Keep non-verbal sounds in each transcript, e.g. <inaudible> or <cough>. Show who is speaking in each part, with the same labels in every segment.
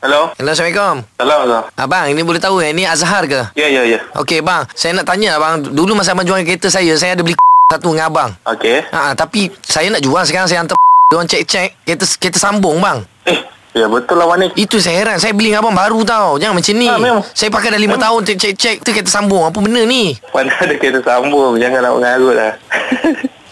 Speaker 1: Hello?
Speaker 2: Hello, Assalamualaikum.
Speaker 1: Salam Azhar.
Speaker 2: Abang, ini boleh tahu eh, ni Azhar ke?
Speaker 1: Ya, ya, ya.
Speaker 2: Okey, bang. Saya nak tanya abang, dulu masa abang jual kereta saya, saya ada beli <laughs> satu dengan abang.
Speaker 1: Okey.
Speaker 2: Ha, tapi saya nak jual sekarang saya hantar <laughs> Diorang cek-cek Kereta kereta sambung bang
Speaker 1: Eh, ya betul lah Wan ni.
Speaker 2: Itu saya heran Saya beli dengan abang baru tau Jangan macam ni
Speaker 1: Ah, memang.
Speaker 2: Saya pakai dah 5
Speaker 1: Memang.
Speaker 2: tahun Cek-cek Tu kereta sambung Apa benda ni
Speaker 1: Mana ada kereta sambung. Jangan nak mengarut
Speaker 2: <laughs>
Speaker 1: lah.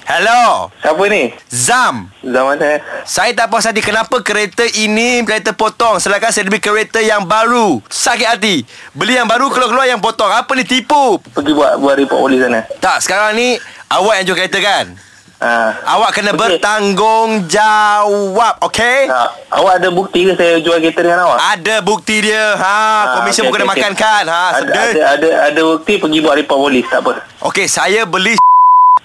Speaker 3: Hello
Speaker 1: Siapa ni?
Speaker 3: Zam
Speaker 1: Zaman eh.
Speaker 3: Saya tak puas hati Kenapa kereta ini Kereta potong Sedangkan saya beli kereta yang baru Sakit hati Beli yang baru Keluar-keluar yang potong Apa ni tipu
Speaker 1: Pergi buat buat report polis sana.
Speaker 3: Tak sekarang ni Awak yang jual kereta kan
Speaker 1: Ha.
Speaker 3: Awak kena
Speaker 1: Okey.
Speaker 3: bertanggungjawab Okay
Speaker 1: Ha, awak ada bukti ke saya jual kereta dengan awak?
Speaker 3: Ada bukti dia ha,
Speaker 1: Ah,
Speaker 3: Komisen
Speaker 1: okey,
Speaker 3: pun kena
Speaker 1: okey,
Speaker 3: makan
Speaker 1: okey.
Speaker 3: kan ha,
Speaker 2: Ah,
Speaker 1: ada, ada,
Speaker 3: sedih.
Speaker 1: ada, ada bukti pergi buat report polis. Tak apa.
Speaker 3: Okey saya beli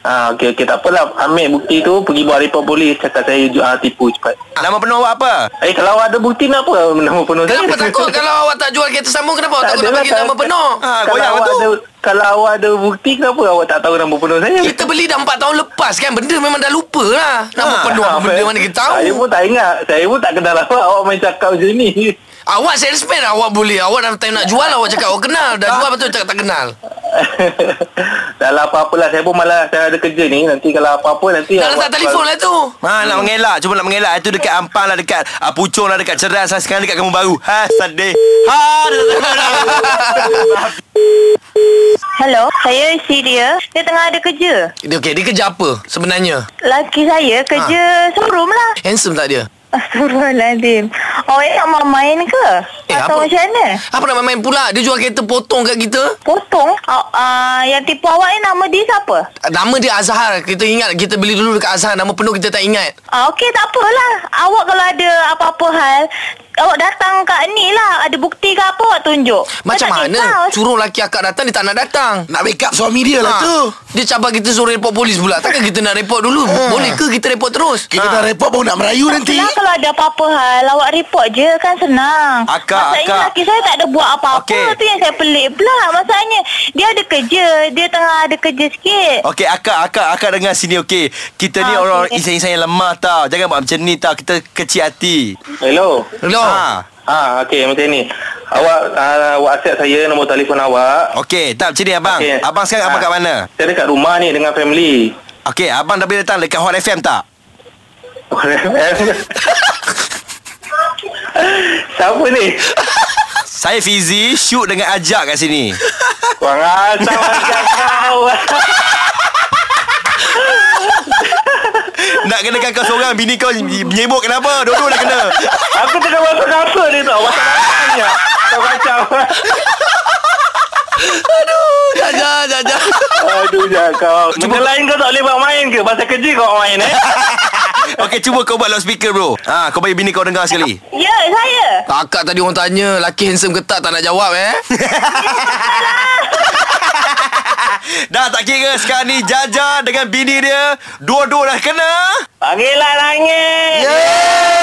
Speaker 1: Ha, okey, okey. Tak apalah. Ambil bukti tu. Pergi buat report polis. Cakap saya jual ha, tipu cepat.
Speaker 3: Nama penuh awak apa?
Speaker 1: Eh, kalau awak ada bukti nak apa? Nama penuh saya?
Speaker 2: Kenapa takut
Speaker 1: <laughs>
Speaker 2: Kalau awak tak jual kereta sambung Kenapa awak
Speaker 1: Tak
Speaker 2: takut
Speaker 1: ada
Speaker 2: nak
Speaker 1: lah,
Speaker 2: bagi
Speaker 1: tak-
Speaker 2: nama penuh Ah,
Speaker 3: Ha,
Speaker 1: kalau
Speaker 3: goyak
Speaker 1: awak
Speaker 3: betul.
Speaker 1: ada, kalau awak ada bukti kenapa awak tak tahu nama penuh saya?
Speaker 2: Kita beli dah 4 tahun lepas kan Benda memang dah lupa lah Nama
Speaker 3: Ha,
Speaker 2: penuh apa
Speaker 1: Ah, Apa?
Speaker 2: Benda mana kita
Speaker 1: Saya
Speaker 2: tahu
Speaker 1: pun tak ingat. Saya pun tak kenal awak. Awak main cakap macam ni. <laughs>
Speaker 2: Awak salesman Awak boleh Awak dah time nak jual Awak cakap awak kenal Dah jual betul cakap tak kenal
Speaker 1: tak lah apa-apalah. Saya pun malah saya ada kerja ni. Nanti kalau apa-apa nanti...
Speaker 2: Dah
Speaker 1: awak-
Speaker 2: letak telefon lah tu
Speaker 3: Ha,
Speaker 1: Hmm.
Speaker 3: nak mengelak Cuba nak mengelak Itu dekat Ampang lah Dekat uh,
Speaker 4: Ah,
Speaker 3: Pucung lah Dekat Ceras lah Sekarang dekat Kampung Baru Ha sedih Ha dah- dah- dah- dah.
Speaker 5: Hello, saya isteri dia. Dia tengah ada kerja.
Speaker 2: <laughs> Dia okey Dia kerja apa sebenarnya
Speaker 5: Laki saya
Speaker 2: Ah.
Speaker 5: kerja ha. showroom lah. <laughs>
Speaker 2: Handsome tak dia
Speaker 5: Astagfirullahaladzim. Oh, eh, nak main-main ke?
Speaker 2: Eh,
Speaker 5: Atau
Speaker 2: apa-
Speaker 5: macam mana?
Speaker 2: Apa nak main pula Dia jual kereta potong kat kita
Speaker 5: Potong. Uh, uh, yang tipu awak ni nama dia siapa?
Speaker 2: Nama dia Azhar Kita ingat Kita beli dulu dekat Azhar Nama penuh kita tak ingat
Speaker 5: Ah, Okey, tak apalah. Awak kalau ada apa-apa hal, awak datang kat ni lah. Ada bukti ke apa awak tunjuk.
Speaker 2: Macam
Speaker 5: Saya tak
Speaker 2: mana
Speaker 5: kisah.
Speaker 2: Suruh laki akak datang Dia tak nak datang
Speaker 4: Nak backup suami dia lah
Speaker 2: Ha,
Speaker 4: tu
Speaker 2: Dia cabar kita suruh report polis pula Takkan kita nak report dulu Boleh ke kita report terus
Speaker 4: Ha.
Speaker 2: Ha.
Speaker 4: Kita dah report baru nak merayu nanti
Speaker 5: Senang kalau ada apa-apa hal Awak report je kan senang
Speaker 3: Akak,
Speaker 5: Masalahnya
Speaker 3: akak.
Speaker 5: laki saya tak ada buat apa-apa
Speaker 3: Okey.
Speaker 5: Tu yang saya pelik pula Masalahnya Dia ada kerja Dia tengah ada kerja sikit
Speaker 3: Okey akak Akak akak dengar sini okey Kita ni
Speaker 5: Ah,
Speaker 3: orang
Speaker 5: okey.
Speaker 3: Insan-insan yang lemah tau Jangan buat macam ni tau Kita kecil hati
Speaker 1: Hello.
Speaker 2: Hello
Speaker 3: Ha
Speaker 1: Ah, okey macam ni. Awak uh, WhatsApp saya nombor telefon awak.
Speaker 3: Okey tak macam ni abang
Speaker 1: Okey.
Speaker 3: Abang sekarang abang
Speaker 1: Ah,
Speaker 3: kat mana?
Speaker 1: Saya dekat rumah ni dengan family. <laughs>
Speaker 3: Okey abang dah boleh datang Dekat Hot FM tak?
Speaker 1: Siapa
Speaker 3: <laughs>
Speaker 1: ni?
Speaker 3: Saya Fizi Shoot dengan Ajak kat
Speaker 1: <laughs>
Speaker 3: sini
Speaker 1: Kurang asal macam kau.
Speaker 3: Nak kenakan kau seorang Bini kau menyebut kenapa Dua-dua dah kena
Speaker 1: Aku tengah masuk kasut ni tau. Masuk kasut ni. Kau kacau.
Speaker 2: Jajah Jajah
Speaker 1: Aduh, jangan kau. Benda lain kau tak boleh buat main ke? Pasal kerja kau buat main eh?
Speaker 3: Okey cuba kau buat loudspeaker bro Ha kau bagi bini kau
Speaker 1: <laughs>
Speaker 3: dengar sekali
Speaker 5: Ya saya
Speaker 2: Akak tadi orang tanya Laki handsome ke tak Tak nak jawab eh
Speaker 3: Dah tak kira sekarang ni Jaja dengan bini dia Dua-dua dah kena
Speaker 1: Panggil lah langit.
Speaker 3: Yeay